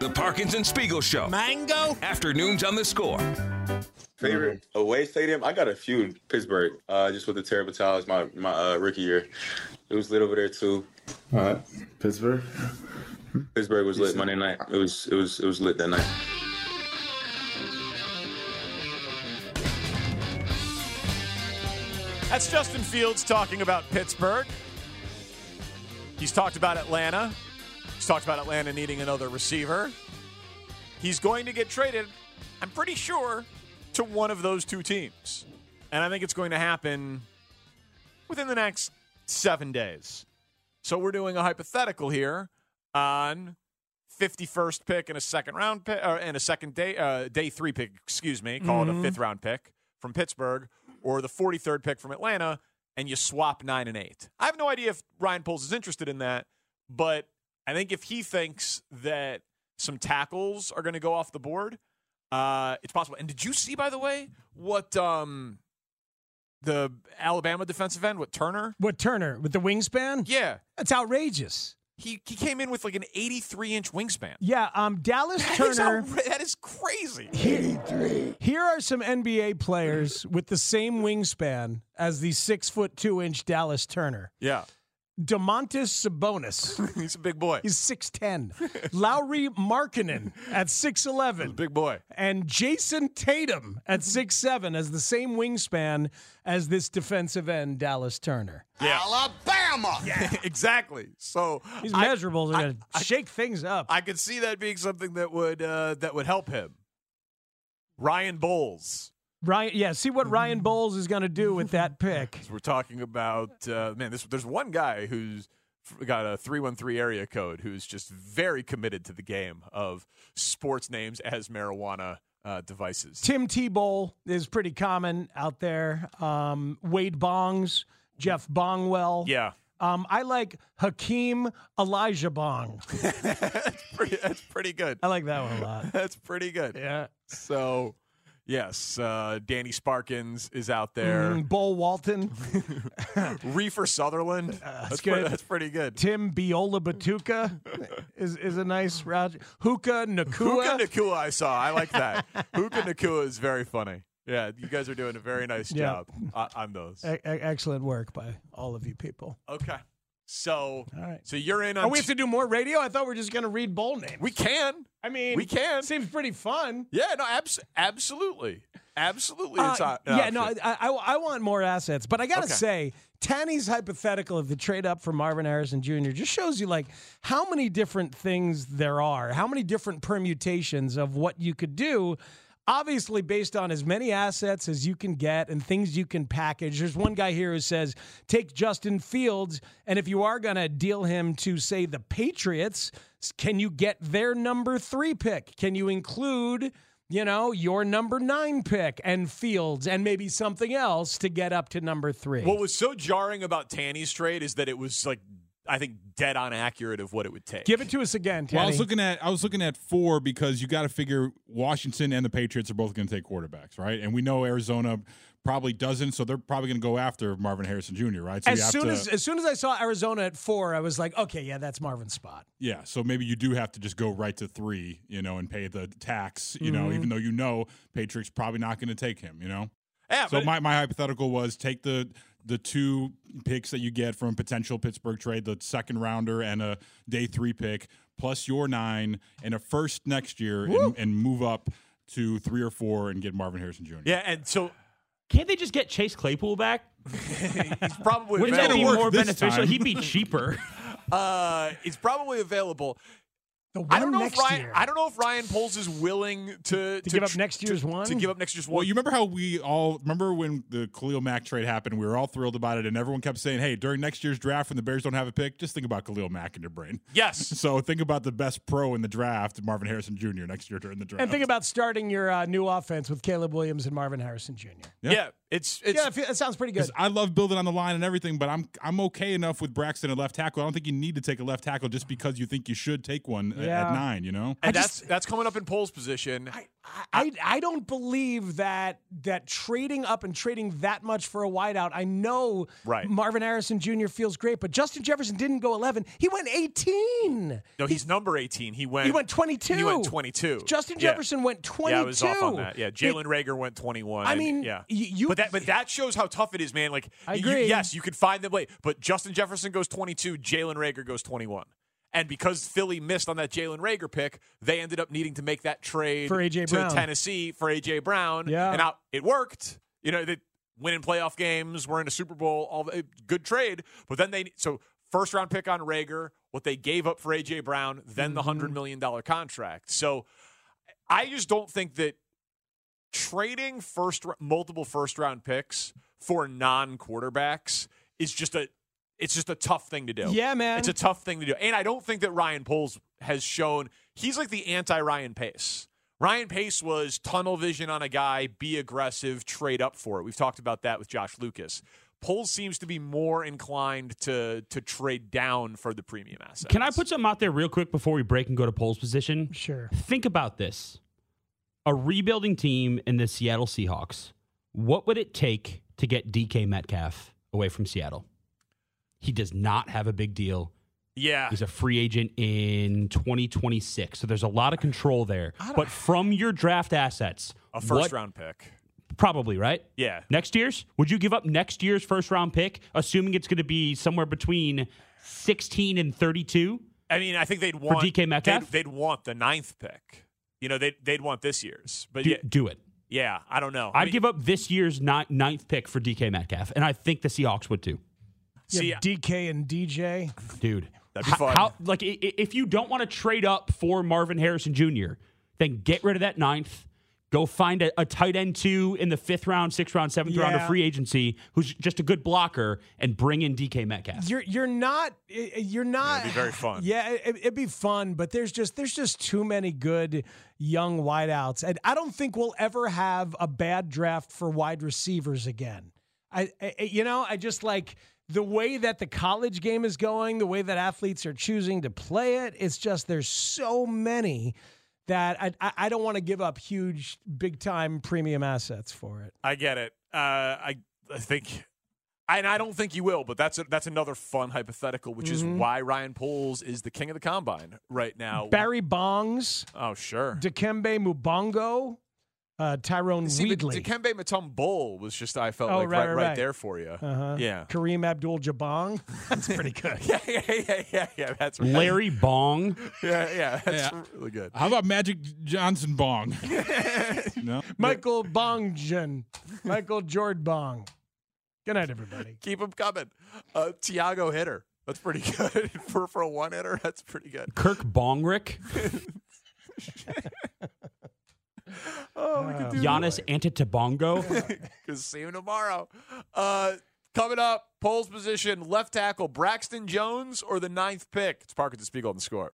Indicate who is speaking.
Speaker 1: The Parkinson Spiegel Show.
Speaker 2: Mango?
Speaker 1: Afternoons on the score.
Speaker 3: Favorite away stadium? I got a few. Pittsburgh, uh, just with the terrible towels my, my uh, rookie year. It was lit over there too.
Speaker 4: All right, Pittsburgh.
Speaker 3: Pittsburgh was lit Monday night. It was it was it was lit that night.
Speaker 2: That's Justin Fields talking about Pittsburgh. He's talked about Atlanta. He's talked about Atlanta needing another receiver. He's going to get traded, I'm pretty sure, to one of those two teams. And I think it's going to happen within the next seven days. So we're doing a hypothetical here on 51st pick and a second round pick, or, and a second day, uh, day three pick, excuse me, call it a fifth round pick from Pittsburgh, or the 43rd pick from Atlanta, and you swap nine and eight. I have no idea if Ryan Poles is interested in that, but I think if he thinks that some tackles are going to go off the board, uh, it's possible. And did you see, by the way, what um, the Alabama defensive end, what Turner?
Speaker 5: What Turner with the wingspan?
Speaker 2: Yeah,
Speaker 5: That's outrageous.
Speaker 2: he he came in with like an 83 inch wingspan.
Speaker 5: Yeah, um, Dallas
Speaker 2: That is
Speaker 5: Turner.
Speaker 2: outra- that is crazy.
Speaker 5: Here are some NBA players with the same wingspan as the six foot two inch Dallas Turner.
Speaker 2: Yeah,
Speaker 5: Demontis Sabonis,
Speaker 2: he's a big boy.
Speaker 5: he's six ten. Lowry Markinen at six
Speaker 2: a
Speaker 5: eleven.
Speaker 2: big boy.
Speaker 5: and Jason Tatum at six seven has the same wingspan as this defensive end Dallas Turner.
Speaker 6: Alabama.
Speaker 2: exactly. So
Speaker 5: These
Speaker 2: I- I-
Speaker 5: measurables are going
Speaker 2: I-
Speaker 5: to shake things up.
Speaker 2: I could see that being something that would uh, that would help him. Ryan Bowles.
Speaker 5: Ryan, yeah, see what Ryan Bowles is going to do with that pick.
Speaker 2: We're talking about uh, man. This, there's one guy who's got a three one three area code who's just very committed to the game of sports names as marijuana uh, devices.
Speaker 5: Tim Tebow is pretty common out there. Um, Wade Bongs, Jeff Bongwell.
Speaker 2: Yeah,
Speaker 5: Um, I like Hakeem Elijah Bong.
Speaker 2: pretty, that's pretty good.
Speaker 5: I like that one a lot.
Speaker 2: That's pretty good.
Speaker 5: Yeah.
Speaker 2: So, yes, uh, Danny Sparkins is out there.
Speaker 5: Mm, Bull Walton,
Speaker 2: Reefer Sutherland. that's,
Speaker 5: Mm. Uh, that's
Speaker 2: pre-
Speaker 5: good.
Speaker 2: that's pretty good.
Speaker 5: Tim Biola Batuka is, is a nice route. Hookah
Speaker 2: Huka
Speaker 5: Nakua.
Speaker 2: Nakua, I saw. I like that. Huka Nakua is very funny. Yeah, you guys are doing a very nice
Speaker 5: Yeah.
Speaker 2: job on, on those.
Speaker 5: E- e- excellent work by all of you people.
Speaker 2: Okay. So,
Speaker 5: All right.
Speaker 2: so you're in on.
Speaker 5: Oh, we have
Speaker 2: t-
Speaker 5: to do more radio? I thought we are just going to read bowl names.
Speaker 2: we can.
Speaker 5: I mean,
Speaker 2: we can.
Speaker 5: Seems pretty fun.
Speaker 2: Yeah, no, abs- absolutely. Absolutely. it's
Speaker 5: Uh,
Speaker 2: on-
Speaker 5: yeah,
Speaker 2: option.
Speaker 5: no, I, I, I want more assets, but I gotta
Speaker 2: Okay.
Speaker 5: say, Tanny's hypothetical of the trade up for Marvin Harrison Jr. just shows you like how many different things there are, how many different permutations of what you could do. Obviously, based on as many assets as you can get and things you can package. There's one guy here who says take Justin Fields, and if you are going to deal him to, say, the Patriots, can you get their number three pick? Can you include you know, your number nine pick and Fields and maybe something else to get up to number three.
Speaker 2: What was so jarring about Tanny's trade is that it was like, I think, dead on accurate of what it would take.
Speaker 5: Give it to us again, Teddy.
Speaker 7: Well, I was looking at I was looking at four because you got to figure Washington and the Patriots are both going to take quarterbacks, right? And we know Arizona probably doesn't, so they're probably going to go after Marvin Harrison Jr. Right? So you
Speaker 5: as
Speaker 7: have
Speaker 5: soon
Speaker 7: to,
Speaker 5: as as soon as I saw Arizona at four, I was like, okay, yeah, that's Marvin's spot.
Speaker 7: yeah, so maybe you do have to just go right to three, you know, and pay the tax, you
Speaker 2: Mm-hmm.
Speaker 7: know, even though you know Patriots probably not going to take him, you know.
Speaker 2: Yeah,
Speaker 7: So
Speaker 2: but-
Speaker 7: my, my hypothetical was take the the two picks that you get from a potential Pittsburgh trade, the second rounder and a day three pick, plus your nine and a first next year, and, and move up to three or four and get Marvin Harrison Jr.
Speaker 2: yeah, and so
Speaker 8: Can't they just get Chase Claypool back?
Speaker 2: he's probably
Speaker 8: Wouldn't that
Speaker 2: available.
Speaker 8: be
Speaker 7: work
Speaker 8: more
Speaker 7: this
Speaker 8: beneficial?
Speaker 7: time.
Speaker 8: He'd be cheaper.
Speaker 2: Uh, it's probably available.
Speaker 5: The one
Speaker 2: I don't know if
Speaker 5: next
Speaker 2: Ryan.
Speaker 5: year.
Speaker 2: I don't know if Ryan Poles is willing to to,
Speaker 5: give up
Speaker 2: tr-
Speaker 5: next year's
Speaker 2: to,
Speaker 5: one?
Speaker 2: to give up next year's one.
Speaker 7: Well, you remember how we all remember when the Khalil Mack trade happened? We were all thrilled about it, and everyone kept saying, "Hey, during next year's draft, when the Bears don't have a pick, just think about Khalil Mack in your brain."
Speaker 2: yes,
Speaker 7: So think about the best pro in the draft, Marvin Harrison Jr. next year during the draft.
Speaker 5: and think about starting your uh, new offense with Caleb Williams and Marvin Harrison Jr.
Speaker 2: yeah. it's it's
Speaker 5: Yeah, I feel- that sounds pretty good.
Speaker 7: Because I love building on the line and everything, but I'm I'm okay enough with Braxton at left tackle. I don't think you need to take a left tackle just because you think you should take one a-
Speaker 5: Yeah.
Speaker 7: at nine. You know,
Speaker 2: and
Speaker 5: I
Speaker 2: that's
Speaker 5: just-
Speaker 2: that's coming up in Poles' position.
Speaker 5: I, I, I don't believe that that trading up and trading that much for a wideout. I know
Speaker 2: Right.
Speaker 5: Marvin Harrison Jr. feels great, but Justin Jefferson didn't go 11. He went 18.
Speaker 2: No, he's number 18. He went.
Speaker 5: He went 22.
Speaker 2: He went 22.
Speaker 5: Justin
Speaker 2: Yeah.
Speaker 5: Jefferson went 22.
Speaker 2: Yeah, I was off on that. Yeah,
Speaker 5: He-
Speaker 2: Jalen Rager went 21.
Speaker 5: I
Speaker 2: and-
Speaker 5: mean,
Speaker 2: yeah,
Speaker 5: y- you-
Speaker 2: But that, but that shows how tough it is, man. Like,
Speaker 5: I
Speaker 2: you-
Speaker 5: agree.
Speaker 2: yes, you can find the way, but Justin Jefferson goes 22. Jalen Rager goes 21. And because Philly missed on that Jalen Rager pick, they ended up needing to make that trade
Speaker 5: For A.J.
Speaker 2: to
Speaker 5: Brown.
Speaker 2: Tennessee for AJ Brown.
Speaker 5: Yeah.
Speaker 2: and out, it worked. You know, they winning playoff games, we're in a Super Bowl. All the- good trade, but then they so first round pick on Rager, what they gave up for AJ Brown, then the
Speaker 5: Mm-hmm.
Speaker 2: hundred million dollar contract. So. I just don't think that trading first r- multiple first round picks for non quarterbacks is just a it's just a tough thing to do.
Speaker 5: Yeah, man.
Speaker 2: It's a tough thing to do. And I don't think that Ryan Poles has shown he's like the anti Ryan Pace. Ryan Pace was tunnel vision on a guy, be aggressive, trade up for it. We've talked about that with Josh Lucas. Poles seems to be more inclined to to trade down for the premium asset.
Speaker 8: Can I put something out there real quick before we break and go to Poll's position?
Speaker 5: Sure.
Speaker 8: Think about this. A rebuilding team in the Seattle Seahawks, what would it take to get DK Metcalf away from Seattle? He does not have a big deal.
Speaker 2: Yeah.
Speaker 8: He's a free agent in 2026. So there's a lot of control there. But from your draft assets,
Speaker 2: A first
Speaker 8: what-
Speaker 2: round pick.
Speaker 8: Probably, right?
Speaker 2: Yeah.
Speaker 8: Next year's? Would you give up next year's first round pick, assuming it's going to be somewhere between 16 and 32?
Speaker 2: I mean, I think they'd want
Speaker 8: DK Metcalf?
Speaker 2: They'd, they'd want the ninth pick. You know, they'd they'd want this year's. But
Speaker 8: Do,
Speaker 2: yeah,
Speaker 8: do it.
Speaker 2: yeah, I don't know.
Speaker 8: I'd
Speaker 2: I mean,
Speaker 8: give up this year's ni- ninth pick for DK Metcalf, and I think the Seahawks would too,
Speaker 2: see,
Speaker 5: yeah, DK and DJ.
Speaker 8: dude.
Speaker 2: That'd be
Speaker 8: How-
Speaker 2: fun.
Speaker 8: How, like, i- i- if you don't want to trade up for Marvin Harrison Jr., then get rid of that ninth. Go find a, a tight end two in the fifth round, sixth round, seventh round of
Speaker 5: Yeah.
Speaker 8: free agency who's just a good blocker, and bring in DK Metcalf.
Speaker 5: You're you're not eh, you're not.
Speaker 2: it'd be very fun.
Speaker 5: Yeah, it, it'd be fun, but there's just there's just too many good young wideouts, and I don't think we'll ever have a bad draft for wide receivers again. I, I I- you know I just like the way that the college game is going, the way that athletes are choosing to play it. It's just there's so many that I I, I don't want to give up huge big time premium assets for it.
Speaker 2: I get it. Uh, I I think, and I don't think you will. But that's a, that's another fun hypothetical, which
Speaker 5: Mm-hmm.
Speaker 2: is why Ryan Poles is the king of the combine right now.
Speaker 5: Barry Bongs,
Speaker 2: oh sure.
Speaker 5: Dikembe Mubongo, uh, Tyrone
Speaker 2: See, but
Speaker 5: Weedley.
Speaker 2: Dikembe Mutombo was just I felt
Speaker 5: Oh,
Speaker 2: like
Speaker 5: right,
Speaker 2: right,
Speaker 5: right,
Speaker 2: right,
Speaker 5: right.
Speaker 2: there for you.
Speaker 5: Uh-huh.
Speaker 2: Yeah.
Speaker 5: Kareem Abdul Jabong. That's pretty good.
Speaker 2: yeah, yeah, yeah, yeah, yeah. That's right.
Speaker 8: Larry Bong.
Speaker 2: Yeah, yeah, that's
Speaker 7: Yeah.
Speaker 2: really good.
Speaker 7: How about Magic Johnson Bong? no.
Speaker 5: Michael Bongjan. Michael Jord Bong. Good night, everybody.
Speaker 2: Keep them coming. Uh, Tiago hitter. That's pretty good for for a one hitter. That's pretty good.
Speaker 8: Kirk Bongrick,
Speaker 2: Oh, we could do
Speaker 8: Giannis Antetokounmpo.
Speaker 2: Because see you tomorrow. Uh, coming up, polls position: left tackle Braxton Jones or the ninth pick. It's Parker the Spiegel on the score.